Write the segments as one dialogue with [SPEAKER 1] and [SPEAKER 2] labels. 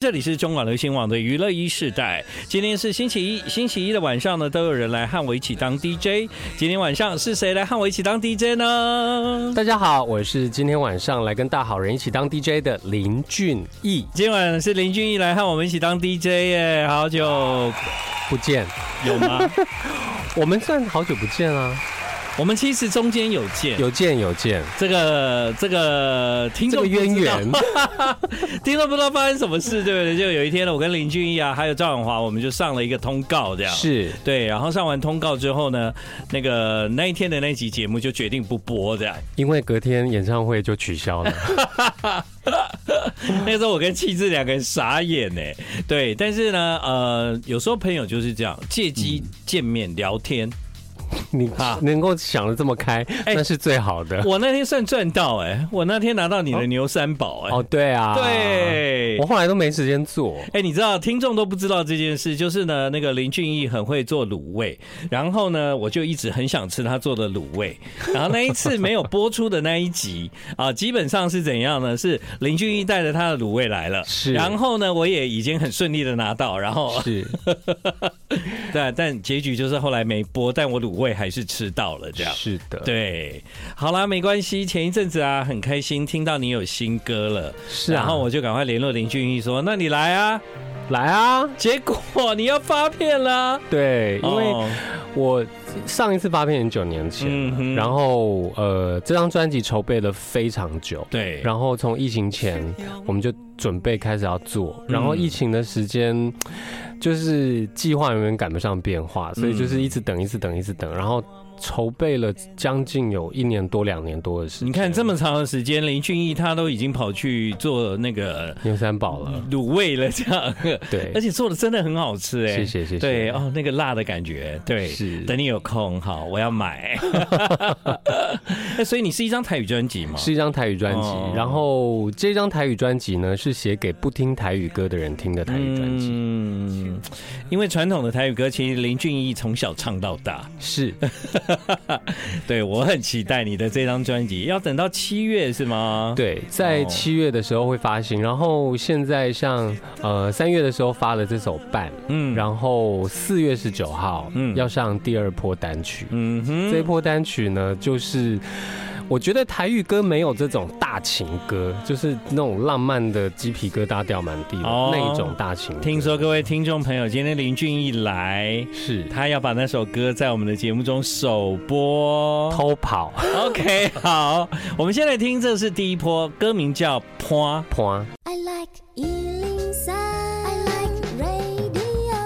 [SPEAKER 1] 这里是中广流行网的娱乐一世代，今天是星期一，星期一的晚上呢，都有人来和我一起当 DJ。今天晚上是谁来和我一起当 DJ 呢？
[SPEAKER 2] 大家好，我是今天晚上来跟大好人一起当 DJ 的林俊逸，
[SPEAKER 1] 今晚是林俊逸来和我们一起当 DJ 耶，好久
[SPEAKER 2] 不见，
[SPEAKER 1] 有 吗？
[SPEAKER 2] 我们算好久不见啊，
[SPEAKER 1] 我们其实中间有见，
[SPEAKER 2] 有见有 见，
[SPEAKER 1] 这个这个听
[SPEAKER 2] 这
[SPEAKER 1] 众
[SPEAKER 2] 个
[SPEAKER 1] 不知道
[SPEAKER 2] 渊源，
[SPEAKER 1] 听众不知道发生什么事，对不对？就有一天呢，我跟林俊逸啊，还有赵永华，我们就上了一个通告，这样
[SPEAKER 2] 是
[SPEAKER 1] 对，然后上完通告之后呢，那个那一天的那集节目就决定不播这样。
[SPEAKER 2] 因为隔天演唱会就取消 了，
[SPEAKER 1] 那时候我跟气质两个人傻眼呢。对，但是呢，呃，有时候朋友就是这样，借机
[SPEAKER 2] 嗯
[SPEAKER 1] 见面聊天。
[SPEAKER 2] 你
[SPEAKER 1] 啊
[SPEAKER 2] 能够想的这么开，
[SPEAKER 1] 哎
[SPEAKER 2] 那是最好的。
[SPEAKER 1] 我那天算赚到哎、我那天拿到你的牛三宝哎、
[SPEAKER 2] 哦，对啊，，
[SPEAKER 1] 对
[SPEAKER 2] 我。后来都没时 间做，
[SPEAKER 1] 哎、你知道听众都不知道这件事，就是呢，那个林俊逸很会做卤味，然后呢，我就一直很想吃他做的卤味，然后那一次没有播出的那一集啊，基本上是怎样呢？是林俊逸带着他的卤味来了，
[SPEAKER 2] 是
[SPEAKER 1] 然后呢，我也已经很顺利的拿到，然后
[SPEAKER 2] 是
[SPEAKER 1] 对，但结局就是后来没播，但我卤味还是吃到了，这样。
[SPEAKER 2] 是的，，
[SPEAKER 1] 对，好啦，没关系。前一阵子啊，很开心听到你有新歌了，
[SPEAKER 2] 是啊，
[SPEAKER 1] 然后我就赶快联络林俊逸说：“那你来啊！”
[SPEAKER 2] 来啊，
[SPEAKER 1] 结果 你要发片啦，
[SPEAKER 2] 对，因为
[SPEAKER 1] 哦
[SPEAKER 2] 我上一次发片九年前
[SPEAKER 1] 嗯
[SPEAKER 2] 了，
[SPEAKER 1] 哼
[SPEAKER 2] 然后呃，这张专辑筹备了非常久，
[SPEAKER 1] 对，
[SPEAKER 2] 然后从疫情前我们就准备开始要做，
[SPEAKER 1] 嗯
[SPEAKER 2] 然后疫情的时间就是计划永远赶不上变化，所以就是一直等，一直等，一直等，然后筹备了将近有一年多、两年多的时间。
[SPEAKER 1] 你看这么长的时间，林俊逸他都已经跑去做那个
[SPEAKER 2] 牛三宝了，
[SPEAKER 1] 卤味了，这样，
[SPEAKER 2] 嗯对
[SPEAKER 1] 嗯而，且做的真的很好吃哎、
[SPEAKER 2] 谢谢谢谢，
[SPEAKER 1] 对，哦，那个辣的感觉，对，
[SPEAKER 2] 是
[SPEAKER 1] 等你有空，好，我要 买。那所以你是一张台语专辑吗？
[SPEAKER 2] 是一张台语专辑
[SPEAKER 1] 哦，
[SPEAKER 2] 然后这张台语专辑呢是写给不听台语歌的人听的台语专辑，
[SPEAKER 1] 嗯，因为传统的台语歌，其实林俊逸从小唱到大。
[SPEAKER 2] 是
[SPEAKER 1] 啊对我很期待你的这张专辑，要等到七月是吗？，
[SPEAKER 2] 对，在
[SPEAKER 1] 哦
[SPEAKER 2] 七月的时候会发行，然后现在像呃三月的时候发了这首《伴》，
[SPEAKER 1] 嗯后，
[SPEAKER 2] 然后四月十九号，
[SPEAKER 1] 嗯
[SPEAKER 2] 嗯，要上第二波单曲。
[SPEAKER 1] 嗯哼，
[SPEAKER 2] 这一波单曲呢，就是我觉得台语歌没有这种大情歌，就是那种浪漫的鸡皮疙瘩掉满地的、
[SPEAKER 1] 哦
[SPEAKER 2] 那一种大情歌。
[SPEAKER 1] 听说各位听众朋友，今天林俊逸来，
[SPEAKER 2] 是
[SPEAKER 1] 他要把那首歌在我们的节目中首播。
[SPEAKER 2] 偷跑
[SPEAKER 1] OK，好，我们先来听，这是第一波，歌名叫《坡》。
[SPEAKER 2] 啪，
[SPEAKER 3] I like Ealing Sound. I like radio.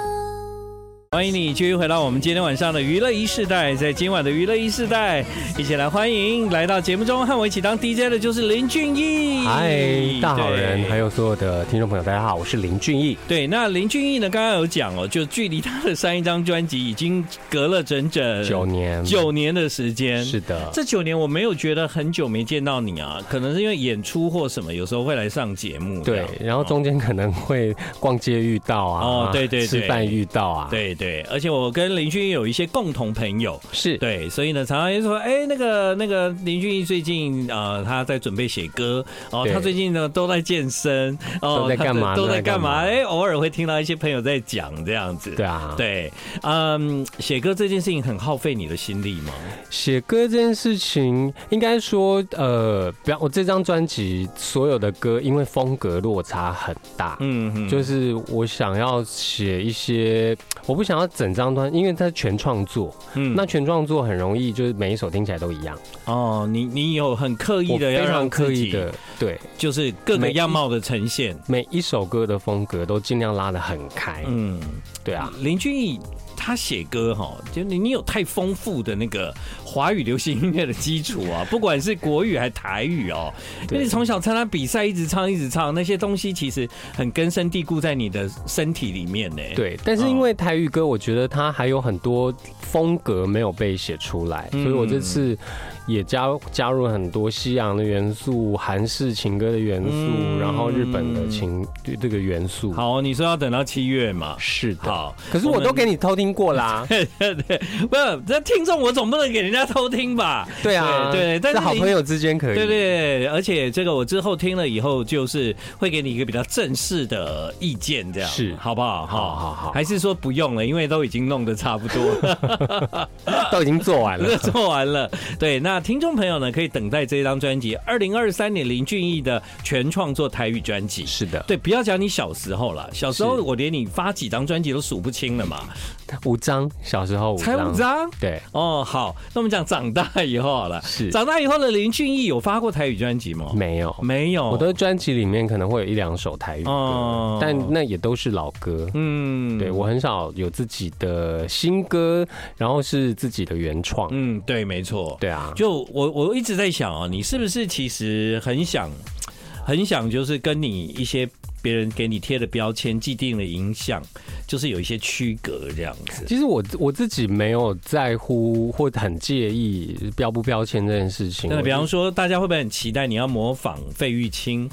[SPEAKER 1] 欢迎你继续回到我们今天晚上的娱乐一世代，在今晚的娱乐一世代，一起来欢迎来到节目中和我一起当 DJ 的就是林俊逸。
[SPEAKER 2] 嗨，大好人，
[SPEAKER 1] 对
[SPEAKER 2] 还有所有的听众朋友，大家好，我是林俊逸。
[SPEAKER 1] 对，那林俊逸呢？刚刚有讲哦，就距离他的上一张专辑已经隔了整整
[SPEAKER 2] 九年，
[SPEAKER 1] 九年的时间。
[SPEAKER 2] 是的，
[SPEAKER 1] 这九年我没有觉得很久没见到你啊，可能是因为演出或什么，有时候会来上节目这
[SPEAKER 2] 对
[SPEAKER 1] 样。，
[SPEAKER 2] 然后中间可能会逛街遇到啊，
[SPEAKER 1] 哦对对对
[SPEAKER 2] 吃饭遇到啊，，
[SPEAKER 1] 对对，而且我跟林俊逸有一些共同朋友，
[SPEAKER 2] 是，
[SPEAKER 1] 对，所以呢，常常就说，哎，那个那个林俊逸最近呃，他在准备写歌，哦，
[SPEAKER 2] 对
[SPEAKER 1] 他最近呢都在健身，哦，
[SPEAKER 2] 都在干嘛
[SPEAKER 1] 他都
[SPEAKER 2] 都
[SPEAKER 1] 在
[SPEAKER 2] 在干
[SPEAKER 1] 干嘛？
[SPEAKER 2] 嘛
[SPEAKER 1] 哎，偶尔会听到一些朋友在讲这样子，
[SPEAKER 2] 对啊，
[SPEAKER 1] 对，嗯，写歌这件事情很耗费你的心力吗？
[SPEAKER 2] 写歌这件事情，应该说，呃，比方我这张专辑所有的歌，因为风格落差很大，
[SPEAKER 1] 嗯嗯，
[SPEAKER 2] 就是我想要写一些，我不想要整张专，因为它是全创作，
[SPEAKER 1] 嗯
[SPEAKER 2] 那全创作很容易就是每一首听起来都一样，
[SPEAKER 1] 哦，你你有很刻意
[SPEAKER 2] 我
[SPEAKER 1] 的要
[SPEAKER 2] 非
[SPEAKER 1] 让
[SPEAKER 2] 常
[SPEAKER 1] 自
[SPEAKER 2] 刻
[SPEAKER 1] 己
[SPEAKER 2] 意，的，对
[SPEAKER 1] 就是各个
[SPEAKER 2] 每一
[SPEAKER 1] 样貌的呈现。
[SPEAKER 2] 每一首歌的风格都尽量拉得很开，
[SPEAKER 1] 嗯，
[SPEAKER 2] 对啊，
[SPEAKER 1] 林俊逸他写歌哈，就你你有太丰富的那个华语流行音乐的基础 啊，不管是国语还台语哦，因
[SPEAKER 2] 对
[SPEAKER 1] 为你从小参加比赛一直唱一直唱，那些东西其实很根深蒂固在你的身体里面呢。
[SPEAKER 2] 对，但是因为台语歌，歌，我觉得它还有很多风格没有被写出来，
[SPEAKER 1] 嗯
[SPEAKER 2] 所以我这次也加加入了很多西洋的元素、韩式情歌的元素，
[SPEAKER 1] 嗯
[SPEAKER 2] 然后日本的情对这个元素。
[SPEAKER 1] 好，你说要等到七月嘛？
[SPEAKER 2] 是的，
[SPEAKER 1] 好，
[SPEAKER 2] 可是我
[SPEAKER 1] 们
[SPEAKER 2] 都给你偷听过啦。
[SPEAKER 1] 不是这听众，我总不能给人家偷听吧？
[SPEAKER 2] 对啊，
[SPEAKER 1] 对对但是
[SPEAKER 2] 在好
[SPEAKER 1] 你
[SPEAKER 2] 朋友之间可以。
[SPEAKER 1] 对对，而且这个我之后听了以后，就是会给你一个比较正式的意见，这样
[SPEAKER 2] 是
[SPEAKER 1] 好不好？
[SPEAKER 2] 好好好
[SPEAKER 1] 还是说不用了，因为都已经弄得差不多 了，
[SPEAKER 2] 都已经做完了
[SPEAKER 1] 都。做完了。对，那听众朋友呢，可以等待这张专辑二零二三年林俊逸的全创作台语专辑。
[SPEAKER 2] 是的，
[SPEAKER 1] 对，不要讲你小时候了，小时候
[SPEAKER 2] 是
[SPEAKER 1] 我连你发几张专辑都数不清了嘛，
[SPEAKER 2] 五张，小时候五
[SPEAKER 1] 才五
[SPEAKER 2] 张，
[SPEAKER 1] 张。
[SPEAKER 2] 对，
[SPEAKER 1] 哦，好，那我们讲长大以后好了。
[SPEAKER 2] 是
[SPEAKER 1] 长大以后的林俊逸有发过台语专辑吗？
[SPEAKER 2] 没有，
[SPEAKER 1] 没有，
[SPEAKER 2] 我的专辑里面可能会有一两首台语
[SPEAKER 1] 哦
[SPEAKER 2] 歌，但那也都是老歌。
[SPEAKER 1] 嗯，
[SPEAKER 2] 对我很少有自己的新歌，然后是自己的原创。
[SPEAKER 1] 嗯，对，没错。
[SPEAKER 2] 对啊，
[SPEAKER 1] 就我我一直在想哦，你是不是其实很想很想就是跟你一些别人给你贴的标签、既定的影响，就是有一些区隔这样子。
[SPEAKER 2] 其实我我自己没有在乎或很介意标不标签这件事情。
[SPEAKER 1] 那
[SPEAKER 2] 我
[SPEAKER 1] 比
[SPEAKER 2] 就
[SPEAKER 1] 方说，大家会不会很期待你要模仿费玉清？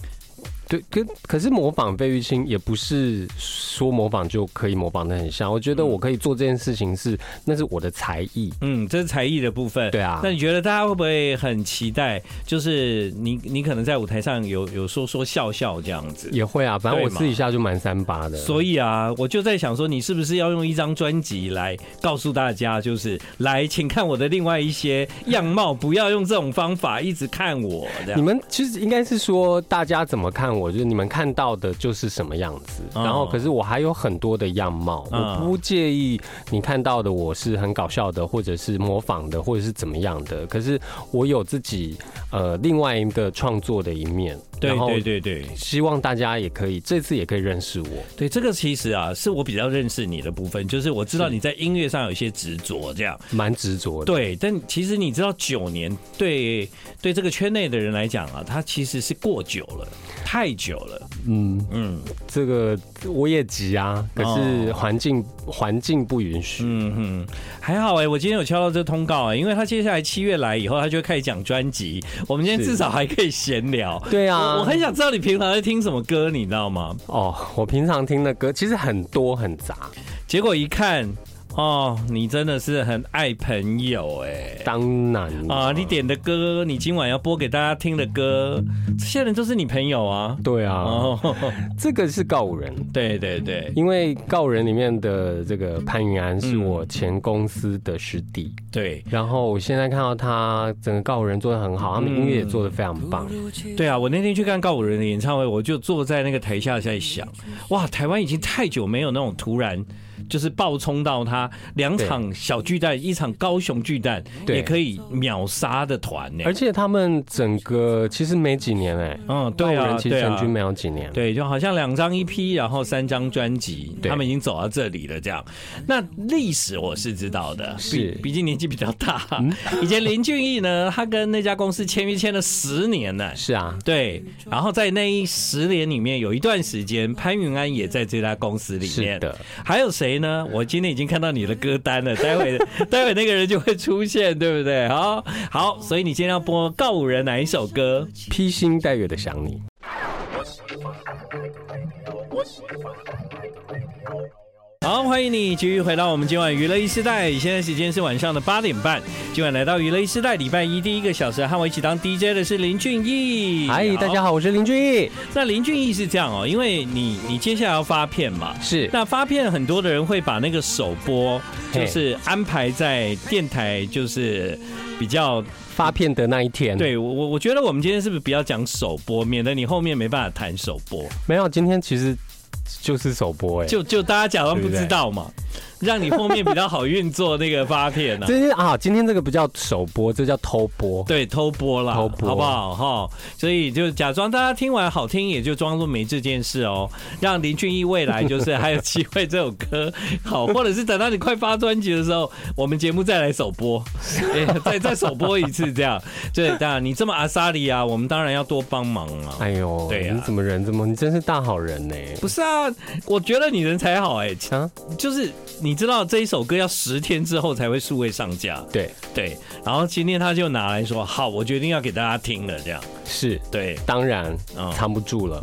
[SPEAKER 2] 对，可可是模仿费玉清也不是说模仿就可以模仿的很像。我觉得我可以做这件事情是那是我的才艺。
[SPEAKER 1] 嗯，这是才艺的部分。
[SPEAKER 2] 对啊
[SPEAKER 1] 那你觉得大家会不会很期待？就是你你可能在舞台上有有说说笑笑这样子。
[SPEAKER 2] 也会啊，反正我
[SPEAKER 1] 对嘛
[SPEAKER 2] 私底下就蛮三八的，
[SPEAKER 1] 所以啊，我就在想说，你是不是要用一张专辑来告诉大家，就是来，请看我的另外一些样貌，不要用这种方法一直看我这
[SPEAKER 2] 你
[SPEAKER 1] 样。
[SPEAKER 2] 们其实应该是说大家怎么看我，就是你们看到的就是什么样子。
[SPEAKER 1] 嗯
[SPEAKER 2] 然后，可是我还有很多的样貌，
[SPEAKER 1] 嗯
[SPEAKER 2] 我不介意你看到的我是很搞笑的，或者是模仿的，或者是怎么样的。可是我有自己呃另外一个创作的一面，
[SPEAKER 1] 对
[SPEAKER 2] 然后
[SPEAKER 1] 对对对
[SPEAKER 2] 希望大家也可以这次也可以认识我。
[SPEAKER 1] 对，这个其实啊，是我比较认识你的部分，就是我知道
[SPEAKER 2] 是
[SPEAKER 1] 你在音乐上有一些执着，这样。
[SPEAKER 2] 蛮执着的。
[SPEAKER 1] 对，但其实你知道，九年对对这个圈内的人来讲啊，他其实是过久了，太久了。
[SPEAKER 2] 嗯，
[SPEAKER 1] 嗯
[SPEAKER 2] 这个我也急啊，可是环境环境不允许。
[SPEAKER 1] 哦嗯哼，还好哎、我今天有敲到这通告啊、因为他接下来七月来以后，他就会开始讲专辑，我们今天
[SPEAKER 2] 是
[SPEAKER 1] 至少还可以闲聊。
[SPEAKER 2] 对啊，
[SPEAKER 1] 我我很想知道你平常在听什么歌，你知道吗？
[SPEAKER 2] 哦，我平常听的歌其实很多很杂，
[SPEAKER 1] 结果一看，哦，你真的是很爱朋友哎、
[SPEAKER 2] 当然
[SPEAKER 1] 啊，你点的歌，你今晚要播给大家听的歌，这些人都是你朋友啊。
[SPEAKER 2] 对啊，
[SPEAKER 1] 哦，
[SPEAKER 2] 这个是告五人，
[SPEAKER 1] 对对对
[SPEAKER 2] 因为告五人里面的这个潘云安是
[SPEAKER 1] 嗯
[SPEAKER 2] 我前公司的师弟，
[SPEAKER 1] 对
[SPEAKER 2] 然后我现在看到他整个告五人做的很好，他们音乐也做的非常棒，
[SPEAKER 1] 嗯对啊！我那天去看告五人的演唱会，我就坐在那个台下在想，哇，台湾已经太久没有那种突然就是爆冲到他两场小巨蛋，一场高雄巨蛋
[SPEAKER 2] 对
[SPEAKER 1] 也可以秒杀的团呢、
[SPEAKER 2] 而且他们整个其实没几年哎、
[SPEAKER 1] 嗯，
[SPEAKER 2] 告五
[SPEAKER 1] 对啊，
[SPEAKER 2] 人其实
[SPEAKER 1] 对
[SPEAKER 2] 成
[SPEAKER 1] 啊
[SPEAKER 2] 军。没有几年，
[SPEAKER 1] 对，就好像两张 EP，然后三张专辑，
[SPEAKER 2] 对
[SPEAKER 1] 他们已经走到这里了。这样，那历史我是知道的，
[SPEAKER 2] 是嗯
[SPEAKER 1] 毕毕竟年纪比较大。以前林俊逸呢，他跟那家公司签约签了十年呢、
[SPEAKER 2] 是啊，
[SPEAKER 1] 对，然后在那一十年里面，有一段时间潘云安也在这家公司里面。
[SPEAKER 2] 是的，
[SPEAKER 1] 还有谁呢？我今天已经看到你的歌单了，待会待会那个人就会出现，对不对？好，好，所以你今天要播告五人哪一首歌？
[SPEAKER 2] 披星戴月的想你。
[SPEAKER 1] 好，欢迎你继续回到我们今晚娱乐一时代，现在时间是晚上的八点半。今晚来到娱乐一时代礼拜一第一个小时，和我一起当 DJ 的是林俊逸。
[SPEAKER 2] 嗨，大家
[SPEAKER 1] 好。
[SPEAKER 2] 好，我是林俊逸，
[SPEAKER 1] 那林俊逸是这样哦，因为你你接下来要发片嘛，
[SPEAKER 2] 是
[SPEAKER 1] 那发片很多的人会把那个首播
[SPEAKER 2] 嘿
[SPEAKER 1] 就是安排在电台，就是比较
[SPEAKER 2] 发片的那一天，，
[SPEAKER 1] 对我我我觉得我们今天是不是不要讲首播，免得你后面没办法谈首播，
[SPEAKER 2] 没有，今天其实就是首播哎、
[SPEAKER 1] 就就大家假装不知道嘛，让你后面比较好运作那个发片 呢、啊。
[SPEAKER 2] 这些啊，今天这个不叫首播，这叫偷播。
[SPEAKER 1] 对，偷播啦，
[SPEAKER 2] 偷播
[SPEAKER 1] 好不好哈？所以就假装大家听完好听，也就装作没这件事哦，让林俊逸未来就是还有机会这首歌好，或者是等到你快发专辑的时候，我们节目再来首 播，哎再再首播一次这样。对，当然你这么阿萨里啊，我们当然要多帮忙啊。
[SPEAKER 2] 哎呦，
[SPEAKER 1] 对嗯啊
[SPEAKER 2] 你怎么人这么？你真是大好人呢、
[SPEAKER 1] 不是啊，我觉得你人才好哎、
[SPEAKER 2] 啊，
[SPEAKER 1] 就是你知道这一首歌要十天之后才会数位上架，
[SPEAKER 2] 对，
[SPEAKER 1] 对。然后今天他就拿来说，好，我决定要给大家听了，这样。
[SPEAKER 2] 是。
[SPEAKER 1] 对，
[SPEAKER 2] 当然
[SPEAKER 1] 嗯
[SPEAKER 2] 藏不住了，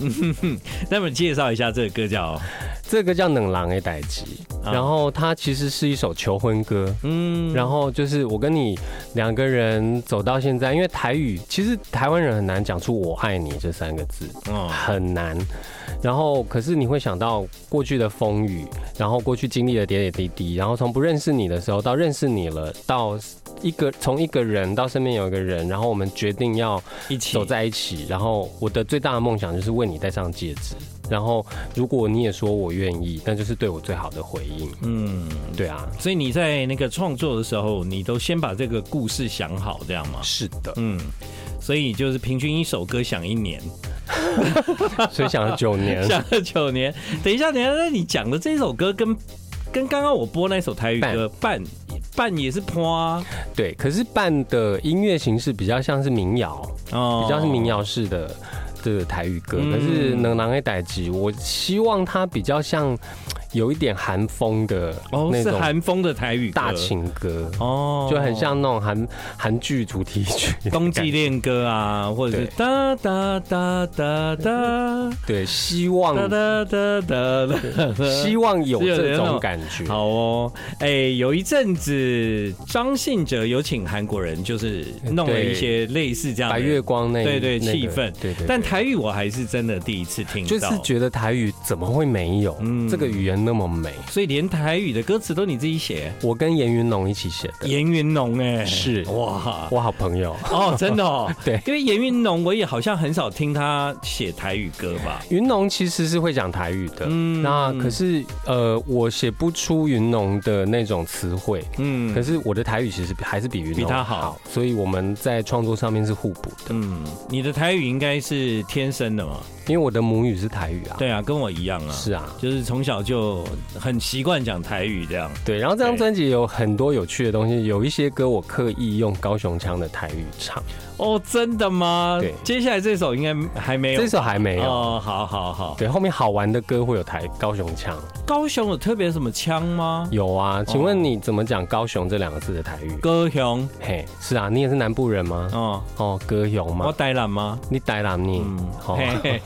[SPEAKER 1] 那么介绍一下这个歌叫，
[SPEAKER 2] 这个叫《冷狼的代集》，
[SPEAKER 1] 啊
[SPEAKER 2] 然后它其实是一首求婚歌，
[SPEAKER 1] 嗯，
[SPEAKER 2] 然后就是我跟你两个人走到现在，因为台语其实台湾人很难讲出“我爱你”这三个字，
[SPEAKER 1] 哦，
[SPEAKER 2] 很难。然后可是你会想到过去的风雨，然后过去经历的点点滴滴，然后从不认识你的时候到认识你了，到一个从一个人到身边有一个人，然后我们决定要
[SPEAKER 1] 一起
[SPEAKER 2] 走在一起。然后我的最大的梦想就是为你戴上戒指。然后如果你也说我愿意，那就是对我最好的回应。
[SPEAKER 1] 嗯，
[SPEAKER 2] 对啊，
[SPEAKER 1] 所以你在那个创作的时候，你都先把这个故事想好，这样吗？
[SPEAKER 2] 是的，
[SPEAKER 1] 嗯，所以就是平均一首歌想一年，
[SPEAKER 2] 所以想了九 年。
[SPEAKER 1] 想了九年。等一下，等一下，那你讲的这首歌跟跟刚刚我播那首台语歌《半半》也是坡啊，
[SPEAKER 2] 对，可是办的音乐形式比较像是民谣，
[SPEAKER 1] 哦
[SPEAKER 2] 比较是民谣式的的台语歌。
[SPEAKER 1] 嗯
[SPEAKER 2] 可是《能狼的代志》，我希望它比较像有一点韩风的
[SPEAKER 1] 哦，
[SPEAKER 2] 那
[SPEAKER 1] 是
[SPEAKER 2] 种
[SPEAKER 1] 韩风的台语歌
[SPEAKER 2] 大情歌，
[SPEAKER 1] 哦，
[SPEAKER 2] 就很像那种韩韩剧主题曲的感觉。
[SPEAKER 1] 冬季恋歌啊，或者是
[SPEAKER 2] 对
[SPEAKER 1] 哒哒哒哒哒
[SPEAKER 2] 对，希
[SPEAKER 1] 哒
[SPEAKER 2] 望
[SPEAKER 1] 哒哒哒哒，
[SPEAKER 2] 希望有
[SPEAKER 1] 是有
[SPEAKER 2] 这
[SPEAKER 1] 那种
[SPEAKER 2] 种感觉。
[SPEAKER 1] 好哦，哎、有一阵子张信哲有请韩国人，就是弄了
[SPEAKER 2] 对
[SPEAKER 1] 一些类似这样的
[SPEAKER 2] 白月光那
[SPEAKER 1] 对对
[SPEAKER 2] 那个
[SPEAKER 1] 气氛
[SPEAKER 2] 对对对
[SPEAKER 1] 但台语我还是真的第一次听到，
[SPEAKER 2] 就是觉得台语怎么会没有？
[SPEAKER 1] 嗯
[SPEAKER 2] 这个语言那么美，
[SPEAKER 1] 所以连台语的歌词都你自己写，
[SPEAKER 2] 我跟严云龙一起写的，
[SPEAKER 1] 严云龙哎，
[SPEAKER 2] 是
[SPEAKER 1] 哇。
[SPEAKER 2] 我好朋友。
[SPEAKER 1] 哦，真的哦，
[SPEAKER 2] 对
[SPEAKER 1] 因为严云龙，我也好像很少听他写台语歌吧。
[SPEAKER 2] 云农其实是会讲台语的，
[SPEAKER 1] 嗯
[SPEAKER 2] 那可是呃，我写不出云农的那种词汇。
[SPEAKER 1] 嗯
[SPEAKER 2] 可是我的台语其实还是比云农
[SPEAKER 1] 比他好
[SPEAKER 2] 好，所以我们在创作上面是互补的。
[SPEAKER 1] 嗯，你的台语应该是天生的嘛？
[SPEAKER 2] 因为我的母语是台语啊，
[SPEAKER 1] 对啊，跟我一样啊，
[SPEAKER 2] 是啊，
[SPEAKER 1] 就是从小就很习惯讲台语这样。
[SPEAKER 2] 对。然后这张
[SPEAKER 1] 对
[SPEAKER 2] 专辑有很多有趣的东西，有一些歌我刻意用高雄腔的台语唱，
[SPEAKER 1] 哦，真的吗？
[SPEAKER 2] 对
[SPEAKER 1] 接下来这首应该还没有。
[SPEAKER 2] 这首还没有。
[SPEAKER 1] 哎哦，好好好。
[SPEAKER 2] 对，后面好玩的歌会有台高雄腔，
[SPEAKER 1] 高雄有特别什么腔吗？
[SPEAKER 2] 有啊。请
[SPEAKER 1] 哦
[SPEAKER 2] 问你怎么讲高雄这两个字的台语？
[SPEAKER 1] 高雄
[SPEAKER 2] 嘿，是啊，你也是南部人吗？
[SPEAKER 1] 哦，
[SPEAKER 2] 哦，歌雄吗
[SPEAKER 1] 我？台南吗？
[SPEAKER 2] 你台南你，
[SPEAKER 1] 嗯，
[SPEAKER 2] 好、
[SPEAKER 1] 嘿 嘿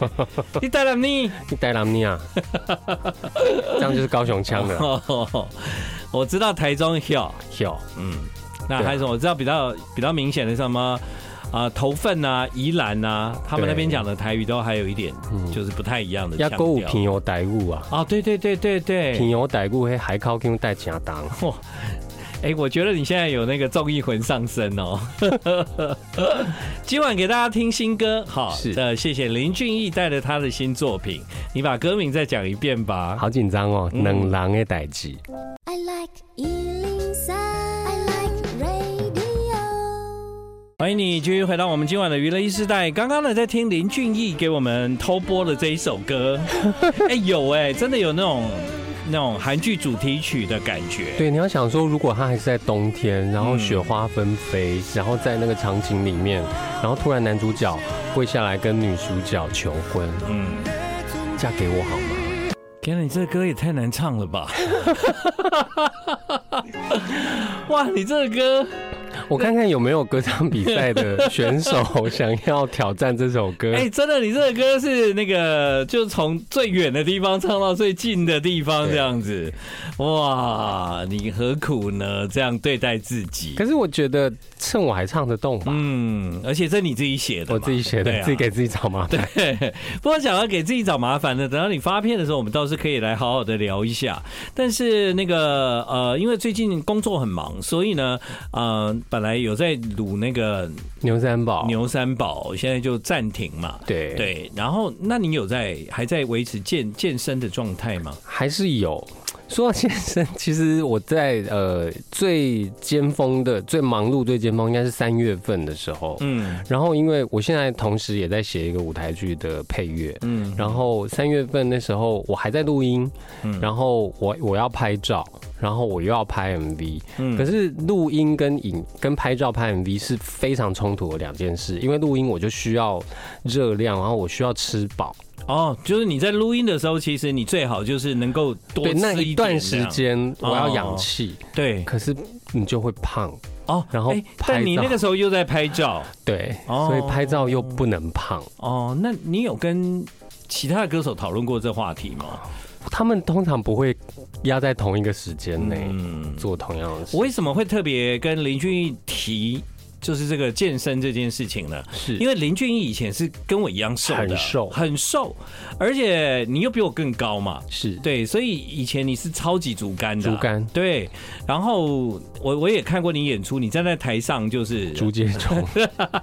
[SPEAKER 1] 你台南你？
[SPEAKER 2] 你台南你啊， 这样就是高雄腔的啦，
[SPEAKER 1] 哦我知道台中有，
[SPEAKER 2] 有
[SPEAKER 1] 嗯，那还有什么？我知道比较比较明显的什么？啊、头份啊，宜兰啊，他们那边讲的台语都还有一点，
[SPEAKER 2] 嗯
[SPEAKER 1] 就是不太一样的
[SPEAKER 2] 要
[SPEAKER 1] 腔
[SPEAKER 2] 购物
[SPEAKER 1] 调。
[SPEAKER 2] 平油代物啊，
[SPEAKER 1] 啊，对对对对对，
[SPEAKER 2] 平油代物嘿海口腔带假当，
[SPEAKER 1] 哎、我觉得你现在有那个综艺魂上身哦。 今晚给大家听新歌，好，
[SPEAKER 2] 是
[SPEAKER 1] 呃，谢谢林俊逸带着他的新作品，你把歌名再讲一遍吧。
[SPEAKER 2] 好紧张哦，
[SPEAKER 1] 嗯
[SPEAKER 2] 能人的代志。
[SPEAKER 3] I like Ealing Sound. I like radio.
[SPEAKER 1] 欢迎你继续回到我们今晚的娱乐一时代。刚刚呢，在听林俊逸给我们偷播的这一首歌，哎、有哎、真的有那种那种韩剧主题曲的感觉。
[SPEAKER 2] 对，你要想说，如果它还是在冬天，然后雪花纷飞，
[SPEAKER 1] 嗯
[SPEAKER 2] 然后在那个场景里面，然后突然男主角跪下来跟女主角求婚，
[SPEAKER 1] 嗯，
[SPEAKER 2] 嫁给我好吗？
[SPEAKER 1] 天哪，你这歌也太难唱了吧！哇，你这个歌。
[SPEAKER 2] 我看看有没有歌唱比赛的 选手想要挑战这首歌。
[SPEAKER 1] 哎、真的，你这个歌是那个，就从最远的地方唱到最近的地方，
[SPEAKER 2] 对
[SPEAKER 1] 这样子，哇，你何苦呢？这样对待自己
[SPEAKER 2] 可，是我觉得趁我还唱得动吧，
[SPEAKER 1] 嗯，而且这你自己写的嘛，
[SPEAKER 2] 我自己写的，
[SPEAKER 1] 对啊
[SPEAKER 2] 自己给自己找麻烦。
[SPEAKER 1] 对， 不过讲到给自己找麻烦呢，等到你发片的时候，我们倒是可以来好好的聊一下。但是那个呃，因为最近工作很忙，所以呢，呃，本来有在录那个
[SPEAKER 2] 牛三宝，
[SPEAKER 1] 牛三宝，现在就暂停嘛。
[SPEAKER 2] 对，
[SPEAKER 1] 对，然后那你有在还在维持健健身的状态吗？
[SPEAKER 2] 还是有。说到健身，其实我在呃最尖峰的、最忙碌、最尖峰，应该是三月份的时候。
[SPEAKER 1] 嗯
[SPEAKER 2] 然后，因为我现在同时也在写一个舞台剧的配乐，
[SPEAKER 1] 嗯
[SPEAKER 2] 然后三月份那时候我还在录音
[SPEAKER 1] 嗯，
[SPEAKER 2] 然后我我要拍照，然后我又要拍 MV，、
[SPEAKER 1] 嗯
[SPEAKER 2] 可是录音跟影跟拍照拍 MV 是非常冲突的两件事，因为录音我就需要热量，然后我需要吃饱，
[SPEAKER 1] 哦，就是你在录音的时候，其实你最好就是能够多
[SPEAKER 2] 对，那
[SPEAKER 1] 吃点
[SPEAKER 2] 一
[SPEAKER 1] 哦
[SPEAKER 2] 段时
[SPEAKER 1] 这样，
[SPEAKER 2] 间我要养气，
[SPEAKER 1] 对，
[SPEAKER 2] 可是你就会胖，
[SPEAKER 1] 哦，
[SPEAKER 2] 然后
[SPEAKER 1] 哎
[SPEAKER 2] 拍
[SPEAKER 1] 但你
[SPEAKER 2] 照
[SPEAKER 1] 那个时候又在拍照，
[SPEAKER 2] 对，
[SPEAKER 1] 哦
[SPEAKER 2] 所以拍照又不能胖。
[SPEAKER 1] 哦，那你有跟其他的歌手讨论过这话题吗？
[SPEAKER 2] 他们通常不会压在同一个时间内
[SPEAKER 1] 嗯，
[SPEAKER 2] 做同样的事，
[SPEAKER 1] 我为什么会特别跟林俊逸提就是这个健身这件事情呢？
[SPEAKER 2] 是
[SPEAKER 1] 因为林俊逸以前是跟我一样瘦的，
[SPEAKER 2] 很瘦
[SPEAKER 1] 很瘦，而且你又比我更高嘛，
[SPEAKER 2] 是
[SPEAKER 1] 对，所以以前你是超级竹竿的啊、
[SPEAKER 2] 竹竿
[SPEAKER 1] 对。然后我我也看过你演出，你站在台上就是
[SPEAKER 2] 竹节虫，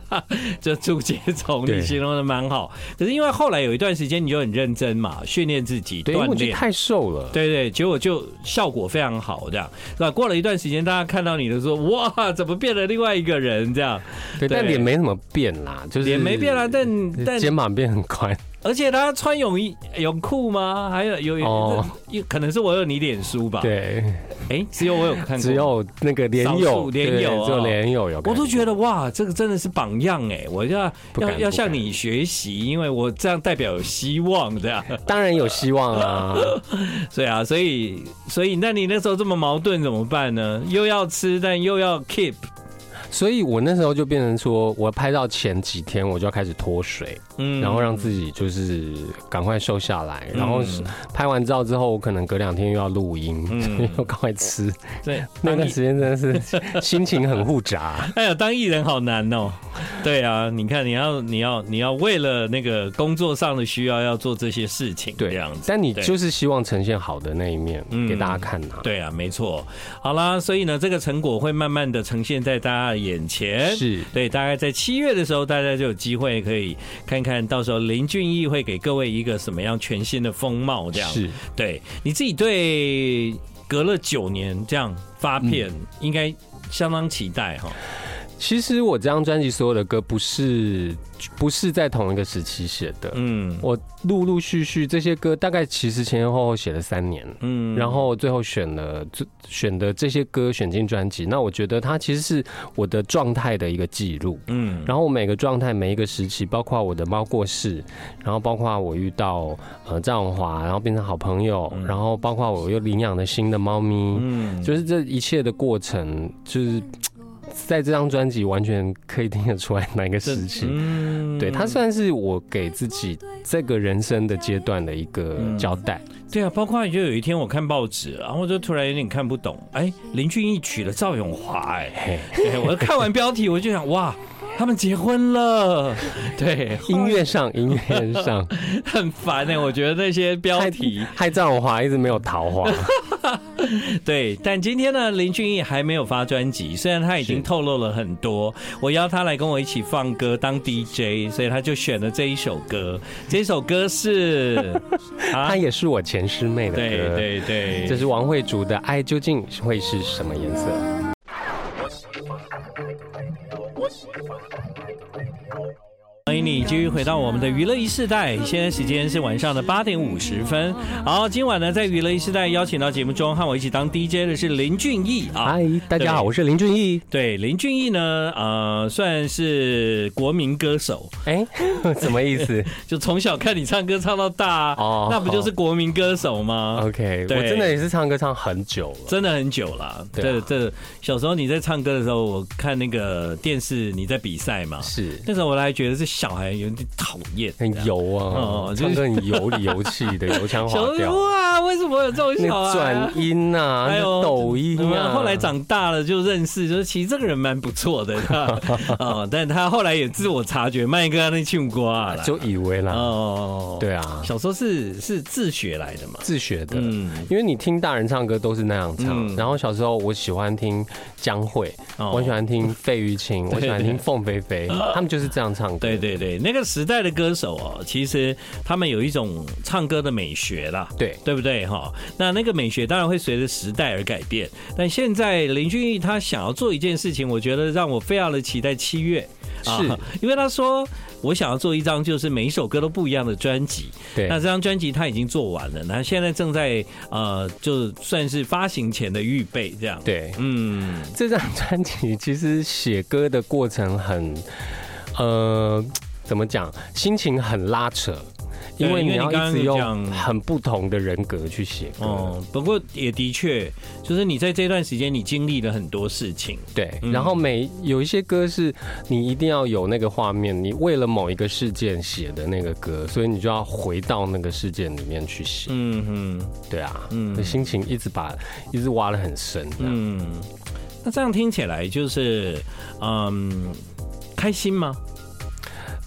[SPEAKER 1] 这竹节虫，
[SPEAKER 2] 对
[SPEAKER 1] 你形容的蛮好。可是因为后来有一段时间你就很认真嘛，训练自己，
[SPEAKER 2] 对，因为
[SPEAKER 1] 锻
[SPEAKER 2] 我觉得
[SPEAKER 1] 炼。
[SPEAKER 2] 太瘦了，
[SPEAKER 1] 对对，结果就效果非常好，这样那过了一段时间，大家看到你的时候，哇，怎么变了另外一个人？这样
[SPEAKER 2] 对，但
[SPEAKER 1] 对
[SPEAKER 2] 脸没怎么变啦，就是
[SPEAKER 1] 脸没变啦，但但
[SPEAKER 2] 肩膀变很宽，
[SPEAKER 1] 而且他穿泳衣、泳裤吗？还有有有、
[SPEAKER 2] 哦
[SPEAKER 1] 有可能是我有你脸书吧？，
[SPEAKER 2] 对，
[SPEAKER 1] 哎，只有我有看过，
[SPEAKER 2] 只有那个脸
[SPEAKER 1] 少
[SPEAKER 2] 友，啊
[SPEAKER 1] 数连
[SPEAKER 2] 对
[SPEAKER 1] 友
[SPEAKER 2] 只有
[SPEAKER 1] 哦
[SPEAKER 2] 脸友有感，
[SPEAKER 1] 我都觉得哇，这个真的是榜样哎！我要
[SPEAKER 2] 不敢
[SPEAKER 1] 要要
[SPEAKER 2] 不
[SPEAKER 1] 向
[SPEAKER 2] 敢
[SPEAKER 1] 你学习，因为我这样代表有希望这样。
[SPEAKER 2] 当然有希望啊，
[SPEAKER 1] 对啊，所以所以那你那时候这么矛盾怎么办呢？又要吃，但又要 keep
[SPEAKER 2] 所以我那时候就变成说，我拍照前几天我就要开始脱水，
[SPEAKER 1] 嗯
[SPEAKER 2] 然后让自己就是赶快瘦下来，然后
[SPEAKER 1] 嗯
[SPEAKER 2] 拍完照之后，我可能隔两天又要录音，
[SPEAKER 1] 嗯
[SPEAKER 2] 又赶快吃，
[SPEAKER 1] 对
[SPEAKER 2] 那
[SPEAKER 1] 当
[SPEAKER 2] 段
[SPEAKER 1] 艺
[SPEAKER 2] 时间真的是心情很复杂。
[SPEAKER 1] 哎呀，当艺人好难哦。对啊，你看你要你要你要为了那个工作上的需要要做这些事情，
[SPEAKER 2] 对
[SPEAKER 1] 这样子。
[SPEAKER 2] 但你
[SPEAKER 1] 对
[SPEAKER 2] 就是希望呈现好的那一面
[SPEAKER 1] 嗯
[SPEAKER 2] 给大家看啊。
[SPEAKER 1] 对啊，没错。好啦，所以呢，这个成果会慢慢的呈现在大家的眼前。
[SPEAKER 2] 是
[SPEAKER 1] 对，大概在七月的时候，大家就有机会可以看看到时候林俊逸会给各位一个什么样全新的风貌。这样，
[SPEAKER 2] 是，
[SPEAKER 1] 对你自己对隔了九年这样发片，应该相当期待哈。
[SPEAKER 2] 其实我这张专辑所有的歌不是不是在同一个时期写的，
[SPEAKER 1] 嗯
[SPEAKER 2] 我陆陆续续这些歌大概其实前前后后写了三年。
[SPEAKER 1] 嗯
[SPEAKER 2] 然后最后选了最选的这些歌选进专辑，那我觉得它其实是我的状态的一个记录。
[SPEAKER 1] 嗯
[SPEAKER 2] 然后我每个状态、每一个时期，包括我的猫过世，然后包括我遇到呃张永华，然后变成好朋友，
[SPEAKER 1] 嗯
[SPEAKER 2] 然后包括我又领养了新的猫咪，
[SPEAKER 1] 嗯
[SPEAKER 2] 就是这一切的过程，就是嘖在这张专辑完全可以听得出来哪一个时期。
[SPEAKER 1] 嗯
[SPEAKER 2] 对，它算是我给自己这个人生的阶段的一个
[SPEAKER 1] 嗯
[SPEAKER 2] 交代。
[SPEAKER 1] 对啊，包括就有一天我看报纸，然后我就突然有点看不懂，哎，林俊逸娶了赵永华、哎，对我看完标题我就想，哇，他们结婚了， 对，
[SPEAKER 2] 音乐上，音乐上，
[SPEAKER 1] 很烦 哎、我觉得那些标
[SPEAKER 2] 害
[SPEAKER 1] 题，
[SPEAKER 2] 害张永华一直没有桃 花，
[SPEAKER 1] 对，但今天呢，林俊逸还没有发专辑，虽然他已经
[SPEAKER 2] 是
[SPEAKER 1] 透露了很 多，我邀他来跟我一起放歌当 DJ，所以他就选了这一首歌，这首歌 是啊
[SPEAKER 2] 她，也是我前师妹的歌。
[SPEAKER 1] 对对对，
[SPEAKER 2] 这是王慧竹的《爱究竟会是什么颜色》。
[SPEAKER 1] 欢迎你继续回到我们的娱乐一世代，现在时间是晚上的八点五十分。好，今晚呢，在娱乐一世代邀请到节目中和我一起当 DJ 的是林俊逸啊。
[SPEAKER 2] 嗨，大家好，
[SPEAKER 1] 对
[SPEAKER 2] 我是林俊逸。
[SPEAKER 1] 对，林俊逸呢，呃，算是国民歌手，
[SPEAKER 2] 哎，什么意 思？
[SPEAKER 1] 就从小看你唱歌唱到大啊，
[SPEAKER 2] 哦
[SPEAKER 1] 那不就是国民歌手吗？
[SPEAKER 2] OK，我
[SPEAKER 1] 对
[SPEAKER 2] 真的也是唱歌唱很久了。
[SPEAKER 1] 真的很久了，
[SPEAKER 2] 对啊
[SPEAKER 1] 这小时候你在唱歌的时候，我看那个电视你在比赛嘛，
[SPEAKER 2] 是
[SPEAKER 1] 那时候我还觉得这小孩有点讨厌，
[SPEAKER 2] 很
[SPEAKER 1] 这样
[SPEAKER 2] 油啊
[SPEAKER 1] 哦，就是
[SPEAKER 2] 唱歌很油里油气的，油腔滑
[SPEAKER 1] 小时
[SPEAKER 2] 调
[SPEAKER 1] 候，哇，为什么有这种
[SPEAKER 2] 啊那
[SPEAKER 1] 小孩、啊
[SPEAKER 2] 转？音啊，那抖音
[SPEAKER 1] 有没有
[SPEAKER 2] 啊，
[SPEAKER 1] 后来长大了就认识，就是其实这个人蛮不错 的，啊、哦，但他后来也自我察觉，麦哥那庆瓜了，
[SPEAKER 2] 就以为啦，
[SPEAKER 1] 哦，，
[SPEAKER 2] 对啊，
[SPEAKER 1] 小时候是是自学来的嘛，
[SPEAKER 2] 自学的。
[SPEAKER 1] 嗯，
[SPEAKER 2] 因为你听大人唱歌都是那样唱，
[SPEAKER 1] 嗯
[SPEAKER 2] 然后小时候我喜欢听江蕙，
[SPEAKER 1] 哦
[SPEAKER 2] 我喜欢听费玉清，我喜 欢
[SPEAKER 1] 对
[SPEAKER 2] 听凤 飞飞，他们就是这样唱歌。
[SPEAKER 1] 对对对，那个时代的歌手哦，其实他们有一种唱歌的美学啦。
[SPEAKER 2] 对，
[SPEAKER 1] 对不对哈？那那个美学当然会随着时代而改变，但现在林俊逸他想要做一件事情，我觉得让我非常的期待七月，啊
[SPEAKER 2] 是
[SPEAKER 1] 因为他说我想要做一张就是每一首歌都不一样的专辑。
[SPEAKER 2] 对，
[SPEAKER 1] 那这张专辑他已经做完了，那现在正在呃，就算是发行前的预备这样。，
[SPEAKER 2] 对，
[SPEAKER 1] 嗯，
[SPEAKER 2] 这张专辑其实写歌的过程很，呃，怎么讲，心情很拉扯，
[SPEAKER 1] 对
[SPEAKER 2] 因为
[SPEAKER 1] 因为
[SPEAKER 2] 你
[SPEAKER 1] 你
[SPEAKER 2] 要
[SPEAKER 1] 刚刚
[SPEAKER 2] 一直
[SPEAKER 1] 有
[SPEAKER 2] 用
[SPEAKER 1] 讲
[SPEAKER 2] 很不同的人格去写歌。
[SPEAKER 1] 哦，不过也的确，就是你在这段时间你经历了很多事情。
[SPEAKER 2] 对，
[SPEAKER 1] 嗯
[SPEAKER 2] 然后每有一些歌是你一定要有那个画面，你为了某一个事件写的那个歌，所以你就要回到那个事件里面去写。
[SPEAKER 1] 嗯哼，
[SPEAKER 2] 对啊，
[SPEAKER 1] 嗯
[SPEAKER 2] 心情一直把一直挖得很深。嗯，
[SPEAKER 1] 嗯，那这样听起来就是嗯，开心吗？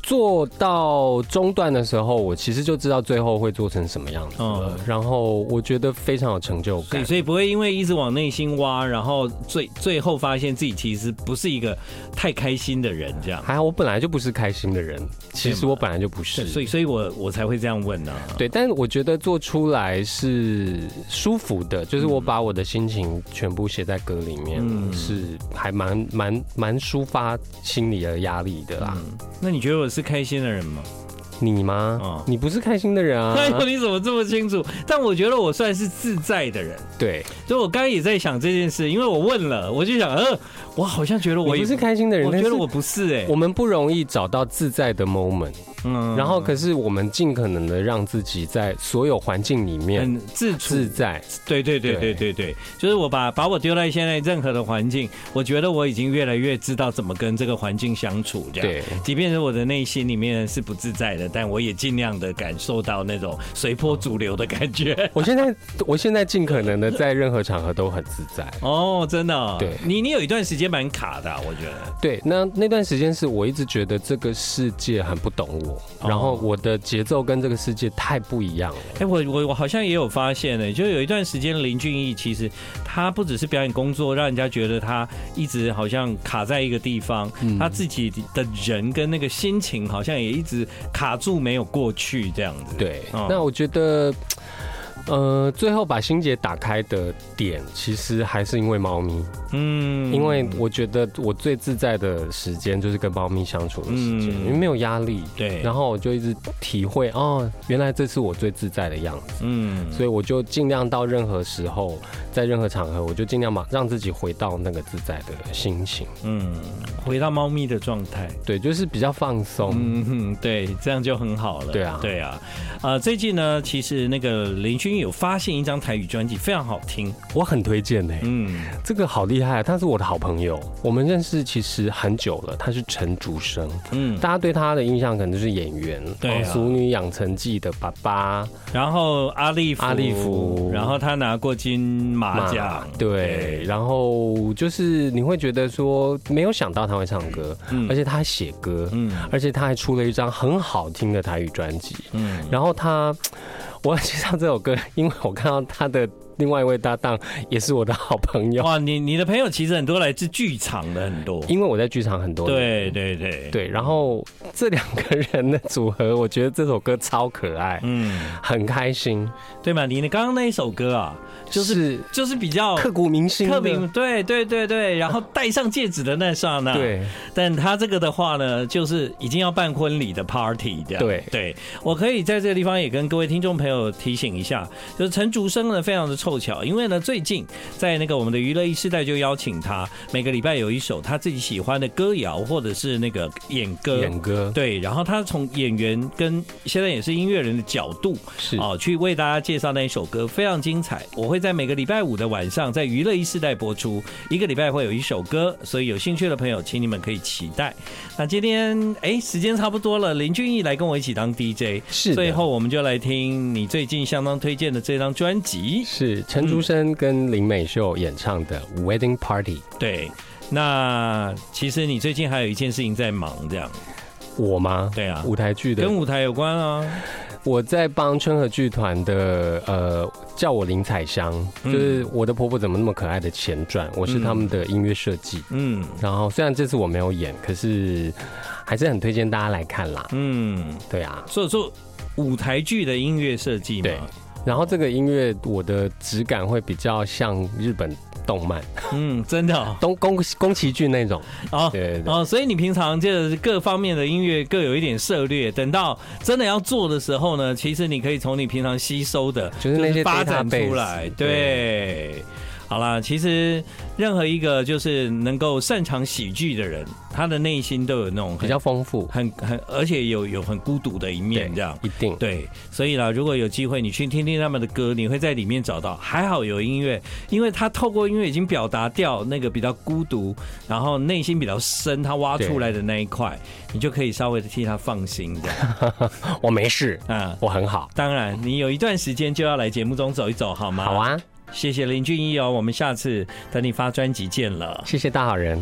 [SPEAKER 2] 做到中段的时候，我其实就知道最后会做成什么样子了。
[SPEAKER 1] 嗯
[SPEAKER 2] 然后我觉得非常有成就
[SPEAKER 1] 所以
[SPEAKER 2] 感。
[SPEAKER 1] 所以不会因为一直往内心挖，然后最最后发现自己其实不是一个太开心的人这样。
[SPEAKER 2] 还好我本来就不是开心的人，其实我本来就不是。
[SPEAKER 1] 所以，所以我我才会这样问呢、啊
[SPEAKER 2] 对，但我觉得做出来是舒服的，就是我把我的心情全部写在歌里面，
[SPEAKER 1] 嗯
[SPEAKER 2] 是还蛮蛮蛮抒发心理的压力的啦。
[SPEAKER 1] 那你觉得我是开心的人吗？
[SPEAKER 2] 你吗？
[SPEAKER 1] 哦
[SPEAKER 2] 你不是开心的人啊？
[SPEAKER 1] 哎呦，你怎么这么清楚？但我觉得我算是自在的人，
[SPEAKER 2] 对，
[SPEAKER 1] 所以我刚刚也在想这件事，因为我问了，我就想，呃，我好像觉得我
[SPEAKER 2] 我
[SPEAKER 1] 也
[SPEAKER 2] 不是开心的人，
[SPEAKER 1] 我
[SPEAKER 2] 但
[SPEAKER 1] 觉
[SPEAKER 2] 是
[SPEAKER 1] 得我不是哎、
[SPEAKER 2] 我们不容易找到自在的 moment，、
[SPEAKER 1] 嗯
[SPEAKER 2] 然后可是我们尽可能的让自己在所有环境里面
[SPEAKER 1] 很自处，
[SPEAKER 2] 自在。
[SPEAKER 1] 对对对对对对，就是我把把我丢在现在任何的环境，我觉得我已经越来越知道怎么跟这个环境相处，这样。
[SPEAKER 2] 对
[SPEAKER 1] 即便是我的内心里面是不自在的，但我也尽量的感受到那种随波逐流的感觉。
[SPEAKER 2] 我现在，我现在尽可能的在任何场合都很自在。
[SPEAKER 1] 哦，真的哦、
[SPEAKER 2] 对
[SPEAKER 1] 你你有一段时间蛮卡的啊、我觉得。
[SPEAKER 2] 对，那那段时间是我一直觉得这个世界很不懂我，
[SPEAKER 1] 哦
[SPEAKER 2] 然后我的节奏跟这个世界太不一样了。
[SPEAKER 1] 哎、我我我好像也有发现呢、就有一段时间林俊逸其实他不只是表演工作，让人家觉得他一直好像卡在一个地方，
[SPEAKER 2] 嗯
[SPEAKER 1] 他自己的人跟那个心情好像也一直卡住没有过去这样子。
[SPEAKER 2] 对，
[SPEAKER 1] 嗯
[SPEAKER 2] 那我觉得，呃，最后把心结打开的点，其实还是因为猫咪，
[SPEAKER 1] 嗯
[SPEAKER 2] 因为我觉得我最自在的时间就是跟猫咪相处的时间，
[SPEAKER 1] 嗯
[SPEAKER 2] 因为没有压力。
[SPEAKER 1] 对，
[SPEAKER 2] 然后我就一直体会，哦，原来这是我最自在的样子，
[SPEAKER 1] 嗯
[SPEAKER 2] 所以我就尽量到任何时候，在任何场合，我就尽量把让自己回到那个自在的心情。
[SPEAKER 1] 嗯，回到猫咪的状态。
[SPEAKER 2] 对，就是比较放松。
[SPEAKER 1] 嗯哼，对，这样就很好了。
[SPEAKER 2] 对啊
[SPEAKER 1] 对啊，呃，最近呢，其实那个林俊逸有发行一张台语专辑，非常好听。
[SPEAKER 2] 我很推荐呢、
[SPEAKER 1] 嗯，
[SPEAKER 2] 这个好厉害，他是我的好朋友，我们认识其实很久了。他是陈竹生，
[SPEAKER 1] 嗯，
[SPEAKER 2] 大家对他的印象可能就是演员，
[SPEAKER 1] 对啊
[SPEAKER 2] 然后俗女养成记》的爸爸
[SPEAKER 1] 然后阿利夫，
[SPEAKER 2] 阿利夫
[SPEAKER 1] 然后他拿过金马
[SPEAKER 2] 马
[SPEAKER 1] 奖，
[SPEAKER 2] 对，，然后就是你会觉得说，没有想到他会唱歌，
[SPEAKER 1] 嗯
[SPEAKER 2] 而且他还写歌，
[SPEAKER 1] 嗯
[SPEAKER 2] 而且他还出了一张很好听的台语专辑。
[SPEAKER 1] 嗯，
[SPEAKER 2] 然后他，我要介绍这首歌，因为我看到他的另外一位搭档也是我的好朋友，
[SPEAKER 1] 哇，你你的朋友其实很多来自剧场的很多，
[SPEAKER 2] 因为我在剧场很多年
[SPEAKER 1] 对对对，
[SPEAKER 2] 对，然后这两个人的组合，我觉得这首歌超可爱，
[SPEAKER 1] 嗯，
[SPEAKER 2] 很开心，
[SPEAKER 1] 对嘛，你的刚刚那一首歌啊，就是
[SPEAKER 2] 是
[SPEAKER 1] 就是比较
[SPEAKER 2] 刻骨铭心的，
[SPEAKER 1] 刻名，对对对对，然后戴上戒指的那刹那，。
[SPEAKER 2] 对
[SPEAKER 1] 但他这个的话呢，就是已经要办婚礼的 party 这样。
[SPEAKER 2] 对
[SPEAKER 1] 对，我可以在这个地方也跟各位听众朋友提醒一下，就是陈竹生呢非常的凑巧，因为呢最近在那个我们的娱乐一世代就邀请他，每个礼拜有一首他自己喜欢的歌谣或者是那个演歌。
[SPEAKER 2] 演歌
[SPEAKER 1] 对，然后他从演员跟现在也是音乐人的角度
[SPEAKER 2] 是
[SPEAKER 1] 哦，去为大家介绍那一首歌，非常精彩。我会在每个礼拜五的晚上在娱乐一世代播出，一个礼拜会有一首歌，所以有兴趣的朋友，请你们可以期待。那今天哎，时间差不多了，林俊逸来跟我一起当 DJ，
[SPEAKER 2] 是的
[SPEAKER 1] 最后我们就来听你最近相当推荐的这张专辑。
[SPEAKER 2] 是陈
[SPEAKER 1] 嗯
[SPEAKER 2] 竹生跟林美秀演唱的《Wedding Party》，
[SPEAKER 1] 对，那其实你最近还有一件事情在忙，这样
[SPEAKER 2] 我吗？
[SPEAKER 1] 对啊
[SPEAKER 2] 舞台剧的
[SPEAKER 1] 跟，舞台有关啊。
[SPEAKER 2] 我在帮春和剧团的呃，叫我林彩香，
[SPEAKER 1] 嗯
[SPEAKER 2] 就是我的婆婆怎么那么可爱的前传，我是他们的音乐设计。
[SPEAKER 1] 嗯
[SPEAKER 2] 然后虽然这次我没有演，可是还是很推荐大家来看啦。
[SPEAKER 1] 嗯，
[SPEAKER 2] 对啊，
[SPEAKER 1] 做做舞台剧的音乐设计嘛。
[SPEAKER 2] 对然后这个音乐我的质感会比较像日本动漫，
[SPEAKER 1] 嗯，真的哦
[SPEAKER 2] 东宫宫崎骏那种。
[SPEAKER 1] 哦
[SPEAKER 2] 对对对
[SPEAKER 1] 哦，所以你平常就是各方面的音乐各有一点涉略，等到真的要做的时候呢，其实你可以从你平常吸收的，
[SPEAKER 2] 就是那些
[SPEAKER 1] 发展
[SPEAKER 2] database，
[SPEAKER 1] 出来，
[SPEAKER 2] 对
[SPEAKER 1] 对。好啦，其实任何一个就是能够擅长喜剧的人，他的内心都有那种很
[SPEAKER 2] 比较丰富，
[SPEAKER 1] 很很，而且有有很孤独的一面，这样。
[SPEAKER 2] 一定。
[SPEAKER 1] 对，所以啦，如果有机会你去听听他们的歌，你会在里面找到。还好有音乐，因为他透过音乐已经表达掉那个比较孤独，然后内心比较深，他挖出来的那一块，你就可以稍微的替他放心的
[SPEAKER 2] 我没事，
[SPEAKER 1] 啊。
[SPEAKER 2] 我很好。
[SPEAKER 1] 当然，你有一段时间就要来节目中走一走，好吗？
[SPEAKER 2] 好，啊，
[SPEAKER 1] 谢谢林俊逸哦，我们下次等你发专辑见了。
[SPEAKER 2] 谢谢大好人。